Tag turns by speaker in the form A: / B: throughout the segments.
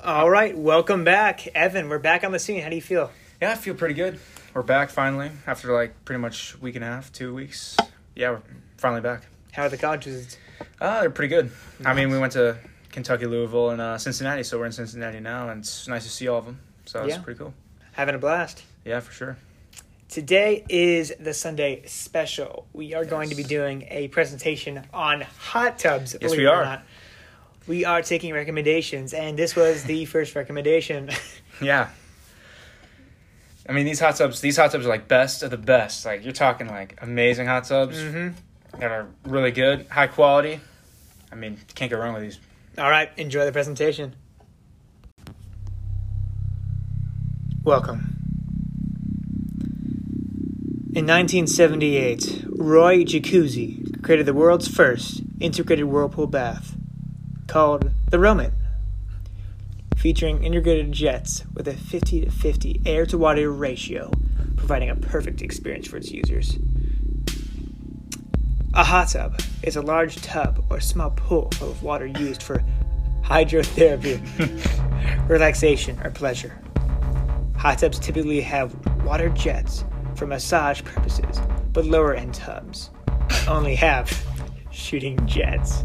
A: All right, welcome back, Evan. We're back on the scene. How do you feel?
B: Yeah, I feel pretty good. We're back finally after like pretty much week and a half, two weeks. Yeah, we're finally back.
A: How are the college visits?
B: Uh, they're pretty good. I mean, we went to Kentucky, Louisville, and uh, Cincinnati, so we're in Cincinnati now, and it's nice to see all of them. So it's
A: Yeah.
B: pretty cool.
A: Having a blast.
B: Yeah, for sure.
A: Today is the Sunday special. We are going to be
B: Yes.
A: doing a presentation on hot tubs.
B: Yes,
A: believe
B: we
A: it or
B: are.
A: not. We are taking recommendations, and this was the first recommendation.
B: Yeah. I mean, these hot tubs, these hot tubs are like best of the best. Like you're talking like amazing hot tubs
A: Mhm.
B: that are really good, high quality. I mean, can't go wrong with these.
A: All right, enjoy the presentation. Welcome. In 1978, Roy Jacuzzi created the world's first integrated whirlpool bath called the Roman, featuring integrated jets with a 50 to 50 air to water ratio, providing a perfect experience for its users. A hot tub is a large tub or small pool full of water used for hydrotherapy, relaxation, or pleasure. Hot tubs typically have water jets for massage purposes, but lower end tubs only have shooting jets.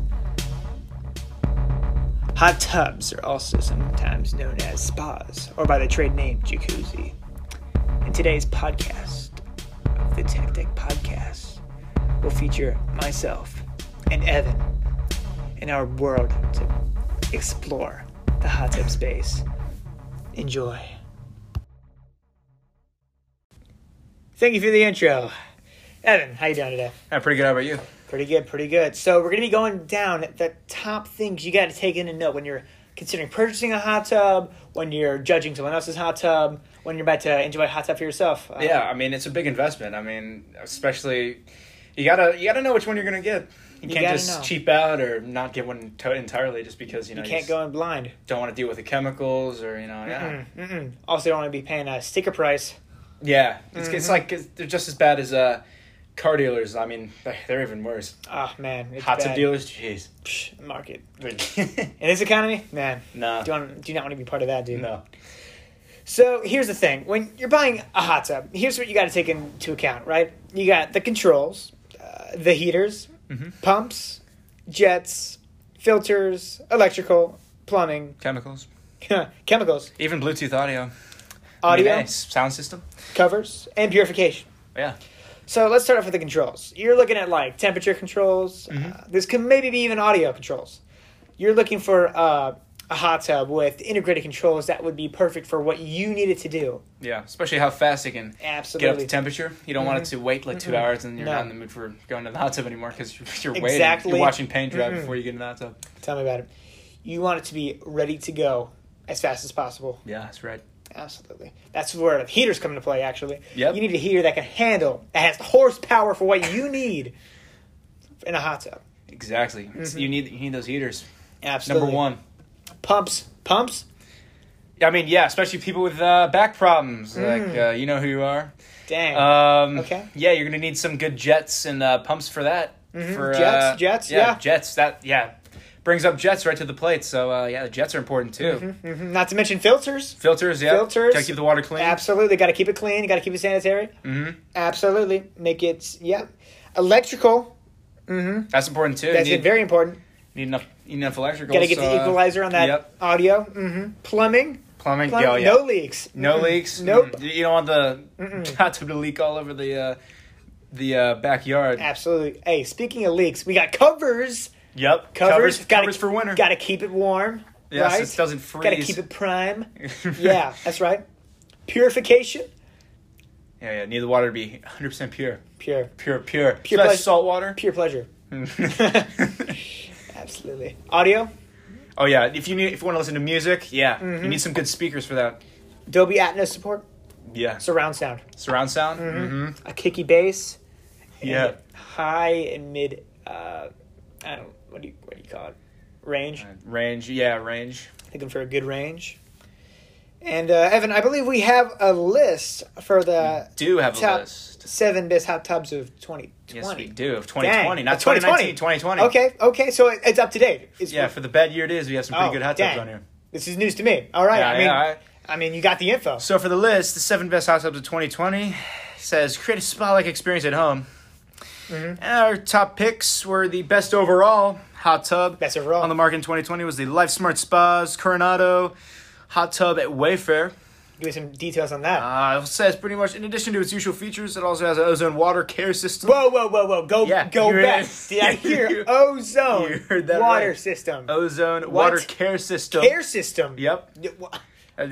A: Hot tubs are also sometimes known as spas, or by the trade name jacuzzi. In today's podcast of the Tech Deck Podcast, will feature myself and Evan in our world to explore the hot tub space. Enjoy. Thank you for the intro. Evan, how you doing today?
B: Yeah, pretty good. How about you?
A: Pretty good, pretty good. So we're gonna be going down the top things you got to take in and note when you're considering purchasing a hot tub, when you're judging someone else's hot tub, when you're about to enjoy a hot tub for yourself. Uh,
B: Yeah, I mean, it's a big investment. I mean, especially you gotta you gotta know which one you're gonna get. You,
A: You
B: can't
A: gotta
B: just
A: know.
B: cheap out or not get one to- entirely just because you know
A: you can't
B: just
A: go in blind.
B: Don't want to deal with the chemicals or you know. Yeah,
A: Mm, mm-mm. Also, don't want to be paying a sticker price.
B: yeah. It's,
A: Mm-hmm.
B: it's like it's, they're just as bad as uh, car dealers. I mean, they're, they're even worse.
A: Oh man, it's
B: Hot tub
A: bad.
B: dealers, jeez.
A: Psh, market
B: Like,
A: in this economy, man.
B: no,
A: Do, you want, do you not want to be part of that, dude?
B: Ah. no.
A: So here's the thing: when you're buying a hot tub, here's what you got to take into account, right? You got the controls, uh, the heaters, pumps, jets, filters, electrical, plumbing,
B: Chemicals,
A: chemicals,
B: even Bluetooth audio, I mean,
A: audio,
B: hey, s- sound system.
A: covers, and purification.
B: Yeah,
A: So let's start off with the controls. You're looking at like temperature controls.
B: Mm-hmm.
A: Uh, this could maybe be even audio controls. You're looking for uh, a hot tub with integrated controls that would be perfect for what you need it to do.
B: yeah. Especially how fast it can get up
A: Absolutely. Mm-hmm.
B: to temperature. You don't want it to wait like 2 hours and you're
A: No.
B: not in the mood for going to the hot tub anymore because you're, you're
A: Exactly. Mm-hmm.
B: waiting. You're watching paint dry before you get in the hot tub.
A: Tell me about it. You want it to be ready to go as fast as possible.
B: Yeah, that's right.
A: Absolutely. That's where the heaters come into play, actually.
B: Yep.
A: You need a heater that can handle, that has the horsepower for what you need in a hot tub.
B: Exactly. It's- You need you need those heaters.
A: Mm-hmm. Absolutely.
B: Number one.
A: Pumps. Pumps?
B: I mean, yeah, especially people with uh, back problems. Like uh, you know who you are.
A: Dang.
B: Um,
A: Mm. Okay.
B: Yeah, you're gonna need some good jets and uh, pumps for that. For
A: Mm-hmm. Jets,
B: uh,
A: jets, yeah.
B: jets. That yeah, brings up jets right to the plate. So uh, yeah, the jets are important too.
A: Mhm. Not to mention filters.
B: Filters, yeah.
A: Filters.
B: Gotta keep the water clean.
A: Absolutely. Got to keep it clean. Got to keep it sanitary. Mm-hmm. Absolutely. Make it, yeah. Electrical. Mm-hmm.
B: That's important too.
A: That's
B: you need,
A: very important.
B: need enough need enough electrical.
A: Got to get
B: so,
A: the
B: uh,
A: equalizer on that
B: Yep.
A: audio. hmm Plumbing.
B: Plumbing.
A: Plumbing.
B: Oh, yeah, yeah.
A: No leaks.
B: No
A: Mhm.
B: leaks.
A: Nope.
B: Mm, You don't want the hot tub to leak all over the uh, the uh, backyard.
A: Absolutely. Hey, speaking of leaks, we got covers.
B: Yep.
A: Covers,
B: Covers,
A: gotta-
B: covers for winter.
A: Got to keep it warm.
B: yes,
A: right?
B: it doesn't
A: Got to
B: freeze.
A: keep it prime. yeah, that's right. Purification.
B: Yeah, yeah. Need the water to be 100 percent pure,
A: Pure.
B: pure, pure.
A: Pure
B: Pure so
A: pleasure.
B: that's salt water.
A: Pure pleasure. Absolutely. Audio.
B: oh yeah. If you need, if you want to listen to music, yeah,
A: Mm-hmm.
B: you need some good speakers for that.
A: Dolby Atmos support.
B: Yeah.
A: Surround sound.
B: Surround sound. Mm-hmm.
A: A kicky bass. and
B: Yeah.
A: High and mid. Uh, I don't. What do you What do you call it? Range.
B: Uh, Range. Yeah, range.
A: Looking for a good range. And uh, Evan, I believe we have a list for the
B: Do have
A: Top.
B: a list.
A: seven best hot tubs of 2020.
B: Yes, we do. Of
A: Dang.
B: 2020,
A: Of
B: not 2019, 2020.
A: Okay, okay, so it, it's up to date. It's
B: Yeah, for the bad year it is, we have some pretty
A: Oh,
B: good hot tubs
A: dang.
B: on here.
A: This is news to me. All right.
B: Yeah,
A: I mean,
B: yeah, I-
A: I mean, you got the info.
B: So for the list, the seven best hot tubs of 2020 says create a spa-like experience at home.
A: Mm-hmm.
B: And our top picks were the best overall hot tub
A: Best overall.
B: on the market in 2020 was the Life Smart Spas Coronado hot tub at Wayfair.
A: Give me some details on that.
B: Uh, it says pretty much in addition to its usual features, it also has an ozone water care system.
A: whoa, whoa, whoa, whoa! Go,
B: Yeah,
A: go
B: you heard
A: back.
B: it.
A: Did I
B: You-
A: hear ozone
B: you heard that
A: water
B: right.
A: system,
B: Ozone water
A: What?
B: care system.
A: air system?
B: Yep.
A: Y- wha-
B: uh,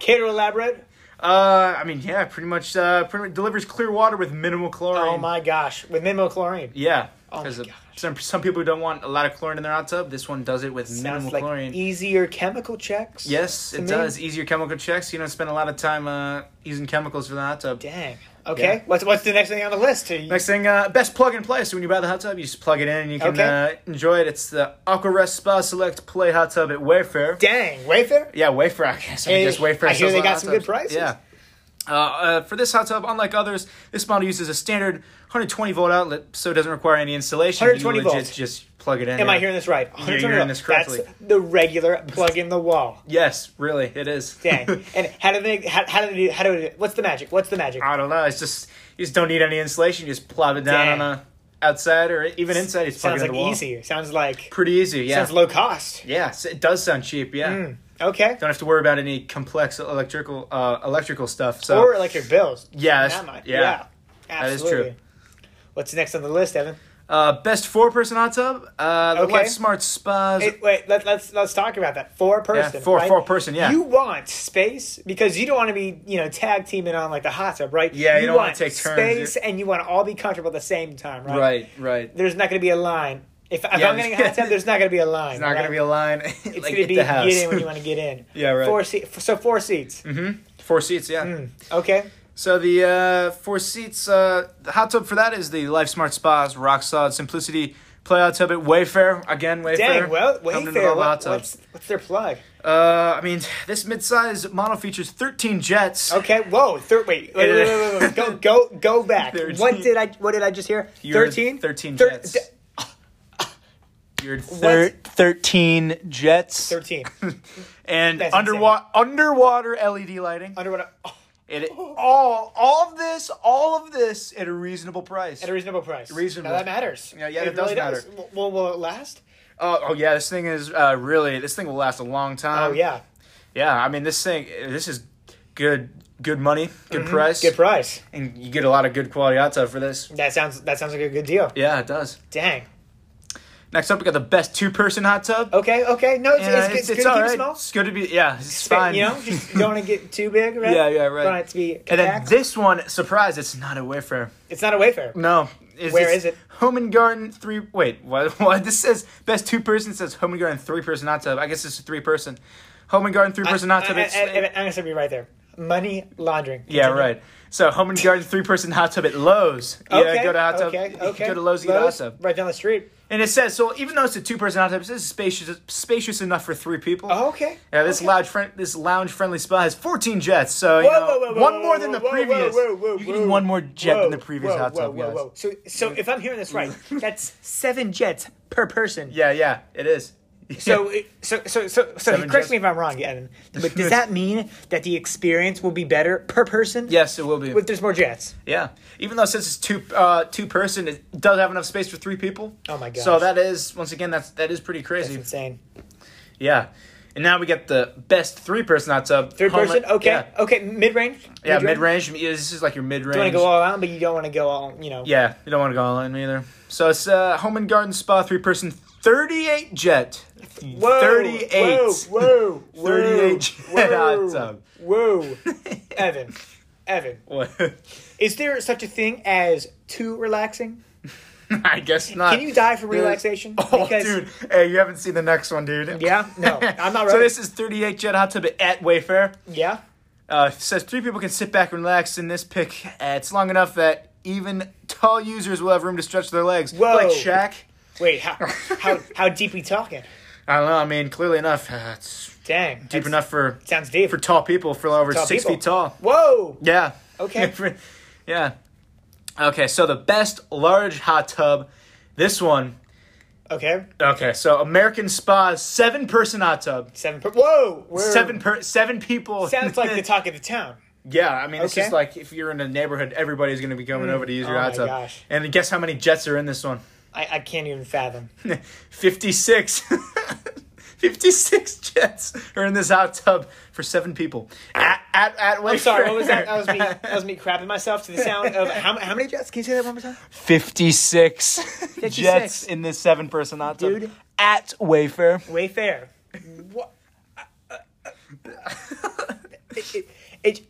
A: Care to elaborate?
B: I mean, yeah, pretty much. Uh, pretty much delivers clear water with minimal chlorine.
A: Oh my gosh! With minimal chlorine.
B: Yeah.
A: Oh my
B: 'cause
A: gosh.
B: Some some people don't want a lot of chlorine in their hot tub. This one does it with minimal
A: Sounds like
B: chlorine.
A: easier chemical checks.
B: yes,
A: to
B: it
A: me.
B: does. Easier chemical checks. You don't spend a lot of time uh, using chemicals for the hot tub.
A: Dang. Okay.
B: Yeah.
A: What's what's the next thing on the list? Are you-
B: Next thing, uh, best plug and play. So when you buy the hot tub, you just plug it in and you can
A: Okay.
B: uh, enjoy it. It's the Aquarest Spa Select Play Hot Tub at Wayfair.
A: Dang. Wayfair.
B: Yeah, Wayfair. I guess,
A: Hey,
B: I guess
A: I
B: Wayfair
A: hear
B: sells
A: they
B: a lot
A: got
B: of
A: some
B: hot
A: good
B: tubs.
A: prices.
B: Yeah. Uh, uh, for this hot tub, unlike others, this model uses a standard 120 volt outlet, so it doesn't require any installation.
A: 120
B: you legit
A: volts.
B: Just plug it in.
A: Am
B: yeah.
A: I hearing this right?
B: you're hearing this correctly.
A: That's the regular plug in the wall.
B: Yes, really, it is.
A: Dang. and how do they? How, how do they? do- How do they? What's the magic? What's the magic?
B: I don't know. It's just you just don't need any insulation. You just plop it down
A: Dang.
B: on a outside or even inside. It's
A: sounds
B: fucking
A: like
B: the wall.
A: easy. Sounds like
B: Pretty easy. Yeah.
A: sounds Mm. low cost.
B: yeah, s- it does sound cheap. Yeah.
A: Okay.
B: Don't have to worry about any complex electrical uh, electrical stuff. So
A: or electric bills.
B: yeah,
A: Not
B: that's,
A: mine.
B: yeah.
A: Absolutely.
B: is true.
A: What's next on the list, Evan?
B: Uh, best four person hot tub. Uh, the
A: Okay.
B: Life Smart Spas.
A: Hey, wait, let, let's let's talk about that. Four person.
B: four-
A: right?
B: four person, yeah.
A: You want space because you don't want to be you know tag teaming on like the hot tub, right?
B: Yeah, you don't wanna
A: want
B: take turns.
A: Space, and you want to all be comfortable at the same time, right?
B: right, right.
A: There's not going to be a line. If, if
B: Yeah,
A: I'm getting a hot tub, there's not going to be a line.
B: It's not gonna be a line. It's
A: It's going to be
B: the house.
A: get in when you want to get in.
B: Yeah, right. Mm-hmm.
A: Four seat. So four seats.
B: Four seats. Yeah.
A: Mm. Okay.
B: So the uh, four seats, uh, the hot tub for that is the Life Smart Spas Rock Solid Simplicity Play Hot Tub at Wayfair. Again, Wayfair.
A: Dang. Well,
B: Coming into
A: Wayfair.
B: all the hot
A: What,
B: tubs.
A: what's what's their plug?
B: Uh, I mean, this midsize model features 13 jets.
A: Okay. Whoa. Thir- wait. Wait. Wait. Wait. wait, wait. Go. Go. Go back.
B: Thirteen.
A: What did I? What did I just hear?
B: You heard
A: Thirteen.
B: 13
A: Thir-
B: jets.
A: d-
B: You're thir- 13 jets.
A: Thirteen.
B: and
A: That's
B: underwater underwater LED lighting.
A: Underwater. Oh,
B: it, all all of this, all of this at a reasonable price.
A: at a reasonable price.
B: Reasonable.
A: Now that matters.
B: Yeah, yeah, that does matter.
A: W- Well, will it last?
B: oh, oh yeah, this thing is uh, really this thing will last a long time.
A: oh yeah.
B: Yeah, I mean this thing this is good good money, good price.
A: Mm-hmm. Good price.
B: and you get a lot of good quality hot tub for this.
A: That sounds. That sounds like a good deal.
B: Yeah, it does.
A: Dang.
B: Next up, we got the best two person hot tub.
A: Okay. Okay. No, it's,
B: Yeah,
A: it's, it's, good to keep it
B: alright.
A: small.
B: It's good to be yeah, it's fine.
A: You know, just don't want to get too big, right?
B: Yeah, yeah, right.
A: Don't want it to be
B: and then
A: compact.
B: this one, surprise, it's not a Wayfair.
A: it's not a Wayfair.
B: No. It's,
A: Where
B: it's
A: is it?
B: Home and Garden three. Wait, what? What? This says best two person. Says Home and Garden three person hot tub. I guess it's a three person. Home and Garden three person hot tub.
A: I,
B: it's,
A: I, I, I'm gonna stop you right there. Money laundering.
B: yeah,
A: Continue.
B: right. So Home and Garden three person hot tub at Lowe's. yeah, go to hot tub.
A: Okay, okay.
B: Go to Lowe's, get a hot tub.
A: Right down the street.
B: And it says so. Even though it's a two-person hot tub, it says spacious, spacious enough for three people.
A: Oh, okay.
B: Yeah, this
A: okay.
B: lounge friend, this lounge-friendly spa has 14 jets, so you
A: Whoa, whoa,
B: know,
A: whoa, whoa,
B: one
A: whoa,
B: more
A: whoa,
B: than the
A: whoa,
B: previous.
A: Whoa, whoa, whoa,
B: You're getting
A: whoa.
B: one more jet than the
A: Whoa,
B: previous
A: whoa,
B: hot
A: whoa,
B: tub.
A: Whoa,
B: guys.
A: whoa. So, so if I'm hearing this right, that's seven jets per person.
B: Yeah, yeah, it is.
A: So, it- so, so, so, so
B: Seven
A: correct
B: jets.
A: me if I'm wrong, Evan. But does that mean that the experience will be better per person?
B: yes, it will be.
A: If there's more jets.
B: yeah, even though since it's two uh, two-person, it does have enough space for three people.
A: Oh my
B: So
A: gosh.
B: that is once again that's that is pretty
A: That's
B: crazy.
A: insane.
B: yeah, and now we get the best three-person hot tub.
A: Third
B: Home-
A: person. Okay.
B: Yeah,
A: Okay. Mid range.
B: yeah mid-range. Yeah, This is like your mid-range.
A: You want to go all out, but you don't want to go all. You know.
B: Yeah, you don't want to go all in either. So it's uh, Home and Garden Spa, three person, 38 jet.
A: Whoa,
B: 38.
A: Whoa, whoa, whoa,
B: 38 jet
A: whoa,
B: hot tub.
A: Whoa. Evan, Evan,
B: What?
A: is there such a thing as too relaxing?
B: I guess not.
A: Can you die from
B: There's-
A: relaxation?
B: Uh, Oh,
A: Because-
B: dude. Hey, you haven't seen the next one, dude.
A: Yeah? No, I'm not
B: So
A: ready.
B: this is 38 jet hot tub at Wayfair.
A: Yeah.
B: Uh, it says three people can sit back and relax in this pick. Uh, it's long enough that even tall users will have room to stretch their legs.
A: Whoa.
B: Like Shaq.
A: Wait, how how how deep we talking?
B: I don't know. I mean, clearly enough, uh, it's
A: Dang.
B: deep
A: that's-
B: enough for
A: Sounds deep.
B: for tall people for over
A: Tall
B: six
A: people.
B: feet tall.
A: Whoa.
B: Yeah.
A: Okay.
B: yeah. Okay, so the best large hot tub, this one
A: Okay.
B: Okay, so American Spa's seven person hot tub.
A: Seven. Per- Whoa. We're,
B: Seven per seven people.
A: Sounds like the talk of the town.
B: Yeah, I mean, it's
A: Okay.
B: just like if you're in a neighborhood, everybody's going to be coming over to use your
A: Oh
B: hot
A: my
B: tub.
A: gosh.
B: And guess how many jets are in this one?
A: I, I can't even fathom.
B: 56. 56 jets are in this hot tub for seven people. At, at, at
A: I'm sorry. What was that? That was me. That was me crapping myself to the sound of how, how many jets? Can you say that one more time?
B: 56,
A: 56.
B: jets in this seven person hot tub.
A: Dude.
B: At Wayfair.
A: Wayfair. What? it, it, it,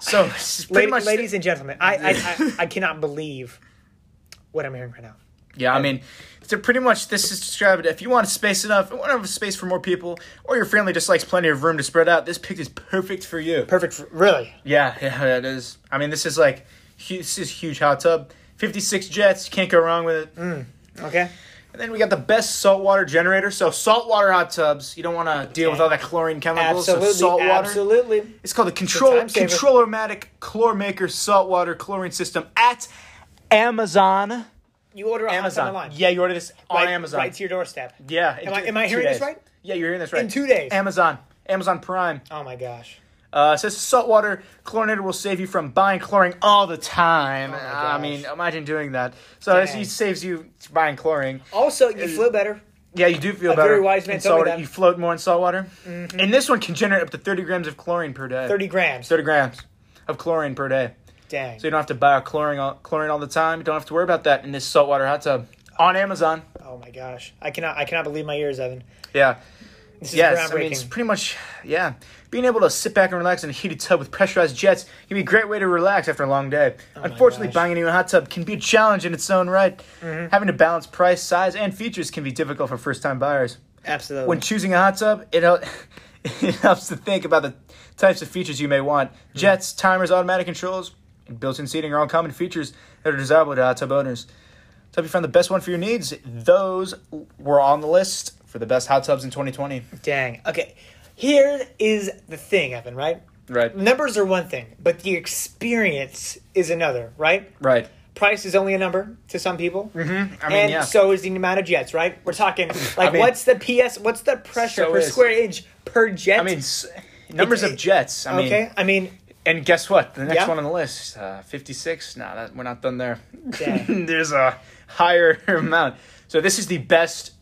B: So, it's pretty
A: lady,
B: much.
A: ladies and gentlemen, I, I, I, I cannot believe what I'm hearing right now.
B: Yeah, I mean, so pretty much this is described. If you want space enough, if you want to have space for more people, or your family just likes plenty of room to spread out, this pick is perfect for you.
A: Perfect. For, really.
B: Yeah, yeah, it is. I mean, this is like hu- this is a huge hot tub, fifty six jets. Can't go wrong with it.
A: Mm. Okay.
B: And then we got the best saltwater generator. So saltwater hot tubs. You don't want to deal with all that chlorine chemicals.
A: Absolutely.
B: so saltwater.
A: Absolutely.
B: It's called the control
A: time saver.
B: controlomatic chlor maker saltwater chlorine system at Amazon.
A: You order on
B: Amazon.
A: online.
B: Yeah, you ordered this on
A: Right,
B: Amazon.
A: Right to your doorstep.
B: Yeah. in
A: Am I-
B: two-
A: am I
B: two
A: hearing this
B: days.
A: right?
B: Yeah, you're hearing this right.
A: In two days.
B: Amazon. Amazon Prime.
A: Oh my gosh.
B: Uh, it says saltwater chlorinator will save you from buying chlorine all the time.
A: Oh gosh.
B: I mean, imagine doing that. So it
A: Dang.
B: s- saves you buying chlorine.
A: Also, you feel better.
B: Yeah, you do feel
A: A
B: better.
A: very wise man
B: in
A: told me
B: salt-
A: that. Mm-hmm.
B: You float more in salt water. And this one can generate up to 30 grams of chlorine per day.
A: 30 grams.
B: 30 grams of chlorine per day.
A: Dang.
B: So you don't have to buy chlorine all, chlorine all the time. You don't have to worry about that in this saltwater hot tub on Amazon.
A: oh my gosh. I cannot. I cannot believe my ears, Evan.
B: Yeah.
A: This is
B: Yes,
A: groundbreaking.
B: I mean it's pretty much yeah. Being able to sit back and relax in a heated tub with pressurized jets can be a great way to relax after a long day. Unfortunately,
A: gosh.
B: buying a new hot tub can be a challenge in its own right. Having to balance price, size, and features can be difficult for first-time buyers.
A: Absolutely.
B: When choosing a hot tub, it hel- it helps to think about the types of features you may want. Jets, timers, automatic controls, and built-in seating are all common features that are desirable to hot tub owners. So if you found the best one for your needs, those were on the list for the best hot tubs in 2020.
A: Dang. Okay. Here is the thing, Evan. Right.
B: Right.
A: Numbers are one thing, but the experience is another. Right.
B: Right.
A: Price is only a number to some people. Mm-hmm.
B: I mean,
A: and
B: yeah.
A: so is the amount of jets, right? We're talking like
B: mean-
A: what's the PS? What's the pressure
B: So
A: per
B: is-
A: square inch per jet?
B: I mean, s- numbers
A: It-
B: of jets. I mean,
A: okay. I mean,
B: and guess what? The next
A: Yeah.
B: one on the list, uh, 56. Nah, that, we're not done there.
A: Dang.
B: There's a higher amount. So this is the best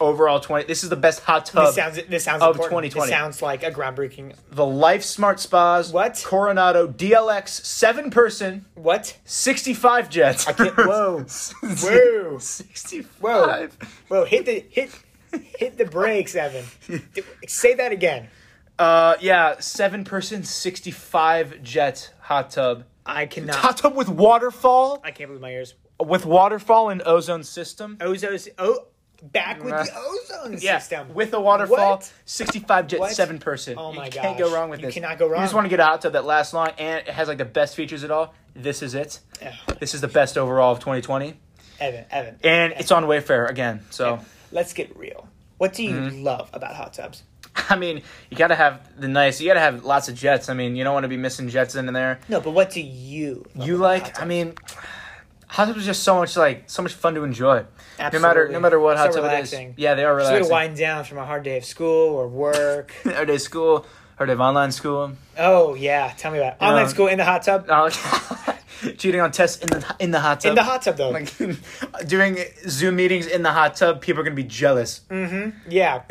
B: overall 20. This is the best hot tub.
A: this sounds this sounds
B: of
A: important.
B: 2020.
A: This sounds like a groundbreaking.
B: the Life Smart Spas.
A: What?
B: Coronado DLX, seven person,
A: What?
B: 65 jets. I
A: can't- whoa. Whoa.
B: 65.
A: Whoa. Whoa! Hit the hit hit the brakes, Evan. Say that again.
B: Uh, yeah, seven person, 65 jet hot tub.
A: I cannot.
B: Hot tub with waterfall,
A: I can't believe my ears.
B: with waterfall and ozone system.
A: Ozone. Oh, back with
B: Nah.
A: the ozone
B: Yeah,
A: system.
B: with a waterfall,
A: What?
B: 65 jet,
A: What?
B: seven person.
A: Oh my
B: You can't
A: gosh.
B: go wrong with
A: You
B: this.
A: cannot go
B: You just
A: wrong.
B: want to get a hot tub that lasts long and it has like the best features at all. This is it.
A: Oh,
B: This is the best overall of 2020.
A: Evan, Evan.
B: And it's on Wayfair again. So,
A: Let's get real. What do you
B: Mm-hmm.
A: love about hot tubs?
B: I mean, you got to have the nice, you got to have lots of jets. I mean, you don't want to be missing jets in there.
A: No, but what do you? Love
B: You
A: about Oh, hot
B: like,
A: tubs?
B: I mean, hot tubs are just so much like, so much fun to enjoy. No matter,
A: Absolutely.
B: no matter what
A: So
B: hot tub it
A: relaxing.
B: is. Yeah, they are
A: It's a way
B: relaxing.
A: to wind down from a hard day of school or work.
B: Are they school? Are they online school?
A: oh yeah, tell me about it. online
B: Um,
A: school in the hot tub.
B: Oh, cheating on tests in the in the hot tub.
A: in the hot tub though.
B: like doing Zoom meetings in the hot tub. People are gonna be jealous.
A: Mm-hmm. yeah.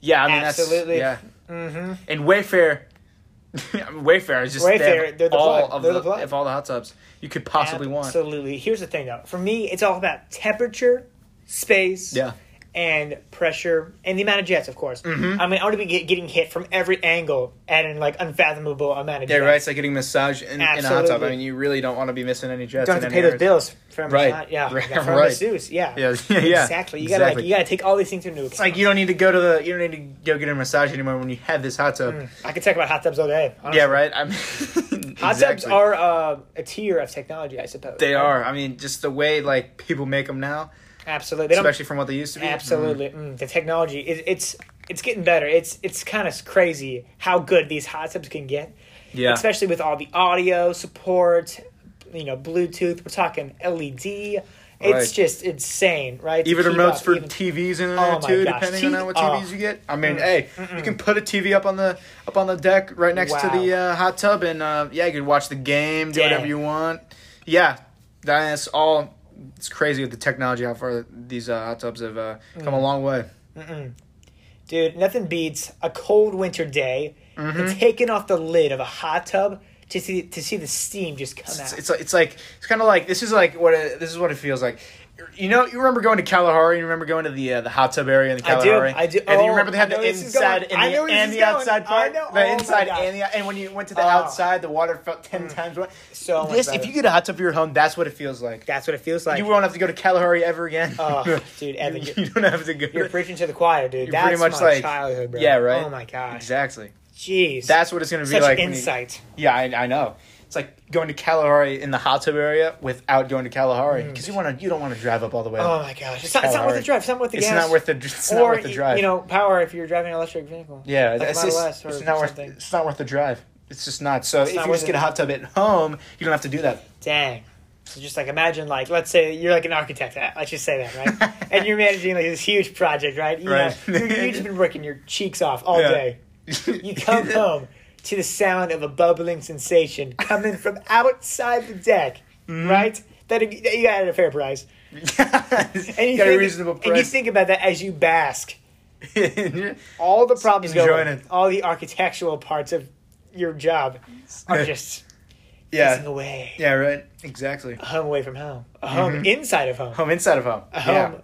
B: Yeah, I mean
A: Absolutely.
B: that's yeah. Mm-hmm. And Wayfair, Wayfair is just they
A: Wayfair,
B: have
A: they're the
B: all
A: plug.
B: of
A: They're
B: the,
A: the plug.
B: of all the hot tubs you could possibly want.
A: Absolutely. Here's the thing though. For me, it's all about temperature, space,
B: Yeah.
A: and pressure, and the amount of jets, of course.
B: Mm-hmm.
A: I mean, I want to be get, getting hit from every angle at an like unfathomable amount of
B: Yeah,
A: jets.
B: right. It's like getting massage in, in a hot tub.
A: Absolutely.
B: I mean, you really don't want to be missing any jets.
A: Don't
B: in
A: have to pay
B: any
A: those
B: areas.
A: bills from
B: Right.
A: yeah,
B: Right.
A: from the
B: Right.
A: masseuse, yeah.
B: Yeah, yeah, yeah.
A: exactly. You gotta
B: Exactly.
A: like you gotta take all these things into account.
B: It's like you don't need to go to the you don't need to go get a massage anymore when you have this hot tub.
A: I could talk about hot tubs all day. honestly.
B: Yeah, right. I mean,
A: Mm. Hot tubs
B: exactly.
A: are uh, a tier of technology, I suppose.
B: They
A: right?
B: are. I mean, just the way like people make them now,
A: absolutely. They don't
B: especially from what they used to be.
A: Absolutely, mm, the technology it, it's it's getting better. It's it's kind of crazy how good these hot tubs can get,
B: Mm-hmm. Yeah.
A: especially with all the audio support, you know Bluetooth. We're talking LED. It's
B: Right.
A: just insane, right? to
B: Even
A: keep
B: remotes
A: up,
B: for
A: even-
B: TVs in there
A: Oh my
B: too,
A: gosh.
B: depending on
A: TV
B: what
A: oh.
B: TVs you get. I mean, hey, you can put a TV up on the up on the deck right next to
A: Wow.
B: the uh, hot tub, and uh, yeah, you can watch the game, do whatever
A: Dang.
B: you want. Yeah, that's all. It's crazy with the technology how far these uh, hot tubs have uh, come a
A: Mm-hmm.
B: long way.
A: Dude, nothing beats a cold winter day
B: Mm-hmm.
A: and taking off the lid of a hot tub to see to see the steam just come
B: It's,
A: out.
B: it's like it's like it's kind of like this is like what it, this is what it feels like. You know, you remember going to Kalahari. You remember going to the uh, the hot tub area in the
A: I do,
B: Kalahari.
A: I do.
B: And then
A: Oh,
B: you remember they had
A: I know
B: the
A: where this is
B: inside
A: going.
B: and
A: I know
B: the,
A: where this
B: and
A: is
B: the
A: going.
B: outside
A: I
B: part.
A: know.
B: The
A: Oh my
B: inside
A: gosh.
B: and the and when you went to the
A: Oh. Mm.
B: outside, the water felt ten times more.
A: So much
B: this,
A: better.
B: if you get a hot tub for your home, that's what it feels like.
A: That's what it feels like.
B: you won't have to go to Kalahari ever again.
A: Oh, dude, Evan,
B: you,
A: you're,
B: you don't have to go.
A: you're preaching to the choir, dude.
B: You're
A: That's
B: pretty much
A: my
B: like-
A: childhood, bro.
B: yeah, right.
A: Oh my gosh,
B: Exactly.
A: jeez,
B: That's what it's gonna be
A: such
B: like. when you-
A: insight.
B: yeah, I, I know. It's like going to Kalahari in the hot tub area without going to Kalahari because you want to. You don't want to drive up all the way.
A: Mm. oh my gosh, it's not, it's not worth the drive.
B: Alright.
A: It's not worth the
B: it's
A: gas.
B: not worth the. It's
A: or
B: not worth the
A: y-
B: drive.
A: you know, power if you're driving an electric vehicle.
B: yeah,
A: like a
B: it's,
A: Model
B: it's,
A: S or
B: it's not worth.
A: something.
B: It's not worth the drive. It's just not. So if
A: not
B: you
A: worth
B: just get
A: it.
B: a hot tub at home, you don't have to do that.
A: Dang. So just like imagine like let's say you're like an architect. uh, Let's just say that, right? and you're managing like this huge project, right? You
B: Right.
A: Know, you you've just been working your cheeks off all
B: Yeah.
A: day. You come home to the sound of a bubbling sensation coming from outside the deck,
B: Mm-hmm. Mm.
A: right? That that you got at a fair price. And you
B: got
A: think,
B: a reasonable
A: And you
B: price.
A: think about that as you bask.
B: And
A: All the problems
B: enjoying
A: going,
B: it.
A: all the architectural parts of your job are just fizzing
B: yeah.
A: away.
B: Yeah. Right. Exactly.
A: A home away from home. A home inside of home.
B: Home inside of home.
A: A
B: Mm-hmm. yeah.
A: home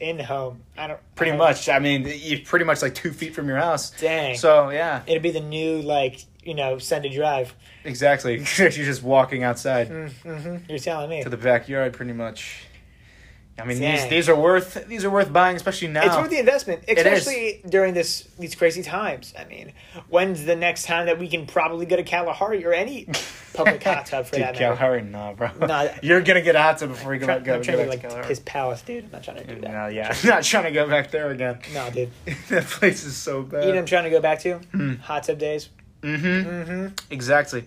A: in home. I don't
B: Pretty
A: I don't-
B: much. I mean, you pretty much like two feet from your house.
A: Dang.
B: So yeah.
A: It'd be the new like you know Sunday drive.
B: Exactly. You're just walking outside
A: Hmm. You're telling me
B: Mm-hmm. to the backyard, pretty much. I mean, these
A: Dang.
B: these are worth these are worth buying, especially now.
A: it's worth the investment,
B: is.
A: especially during this these crazy times. I mean, when's the next time that we can probably go to Kalahari or any public hot tub for
B: Dude,
A: that matter?
B: Kalahari, nah, bro.
A: Nah.
B: You're gonna get out to before you go
A: Try-
B: back. Go,
A: I'm
B: go
A: trying to
B: back
A: be
B: to
A: like
B: Kalahari.
A: his palace, dude. I'm not trying to do that.
B: No, yeah, not trying to go back there again.
A: No, dude.
B: that place is so bad. Mm-hmm.
A: You know, what I'm trying to go back to
B: Hmm.
A: hot tub days. Mm-hmm.
B: Exactly.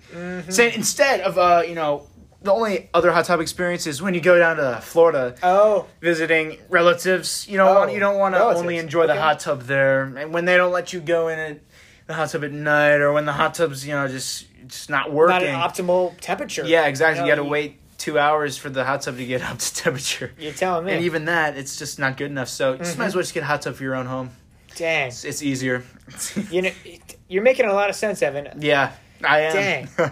B: So instead of uh, you know, the only other hot tub experience is when you go down to Florida
A: Oh,
B: visiting relatives. You don't
A: Oh,
B: want you don't want to
A: relatives.
B: only enjoy the
A: Okay.
B: hot tub there, and when they don't let you go in it, the hot tub at night, or when the hot tub's you know just just not
A: not
B: working.
A: an optimal temperature.
B: yeah, exactly.
A: No,
B: you got to wait two hours for the hot tub to get up to temperature.
A: You're telling me.
B: And even that, it's just not good enough. So you just
A: Mm-hmm.
B: might as well just get a hot tub for your own home.
A: Dang.
B: It's, it's easier.
A: You know, it- you're making a lot of sense, Evan.
B: yeah, I am.
A: Dang.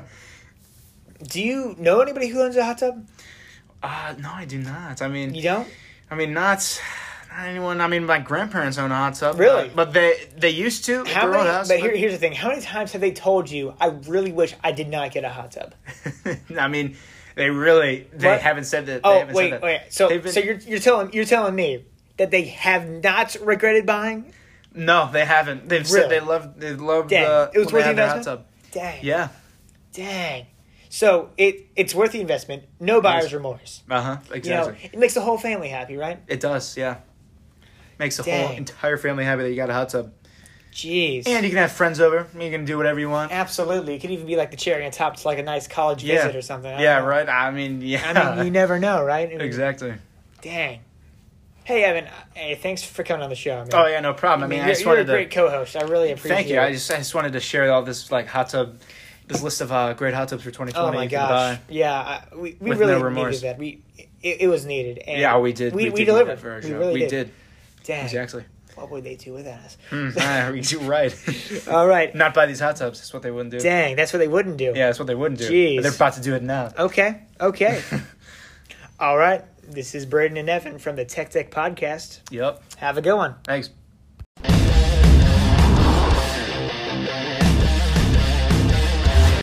A: Do you know anybody who owns a hot tub?
B: uh, no, I do not. I
A: You
B: mean,
A: don't?
B: I mean, not not anyone. I mean, my grandparents own a hot tub.
A: Really?
B: But, but they they used to. at
A: How
B: their old
A: many?
B: house,
A: but here, here's the thing: How many times have they told you, "I really wish I did not get a hot tub"?
B: I mean, they really they
A: What?
B: haven't said that. They
A: Oh
B: haven't said
A: wait,
B: that.
A: wait. So,
B: They've been-
A: so you're you're telling you're telling me that they have not regretted buying?
B: no, they haven't. They've said
A: Really?
B: they loved they loved.
A: Dang,
B: Uh,
A: it was
B: when
A: worth the
B: they had their hot
A: investment?
B: tub.
A: Dang.
B: Yeah.
A: Dang. So it it's worth the investment. No buyer's remorse.
B: Uh huh.
A: You know,
B: Exactly.
A: it makes the whole family happy, right?
B: It does. Yeah. Makes the whole
A: Dang.
B: entire family happy that you got a hot tub,
A: Jeez.
B: and you can have friends over. You can do whatever you want.
A: Absolutely, it could even be like the cherry on top. It's like a nice college
B: Yeah.
A: visit or something. I don't
B: Yeah.
A: know.
B: Right. I mean. Yeah.
A: I mean, you never know, right? I mean,
B: exactly.
A: Dang. Hey, Evan. Hey, thanks for coming on the show. Man.
B: Oh yeah. No problem. I mean,
A: you're,
B: I just
A: you're a
B: wanted to.
A: great co-host. I really appreciate.
B: Thank you.
A: it.
B: I just I just wanted to share all this like hot tub, this list of uh, great hot tubs for 2020.
A: Oh my
B: you can
A: gosh!
B: buy.
A: Yeah, I, we, we
B: With
A: really
B: no remorse.
A: needed that. We it, it was needed. And
B: Yeah, we did.
A: We, we,
B: did do that
A: delivered.
B: for our
A: we
B: show.
A: really did.
B: did.
A: Dang,
B: Exactly.
A: what would they do without us?
B: Mm, you're right.
A: All right,
B: Not buy these hot tubs. That's what they wouldn't do.
A: dang, that's what they wouldn't do.
B: Yeah, that's what they wouldn't do.
A: Jeez.
B: But They're about to do it now.
A: Okay. Okay. All right. This is Braden and Evan from the Tech Tech Podcast.
B: Yep.
A: Have a good one.
B: Thanks.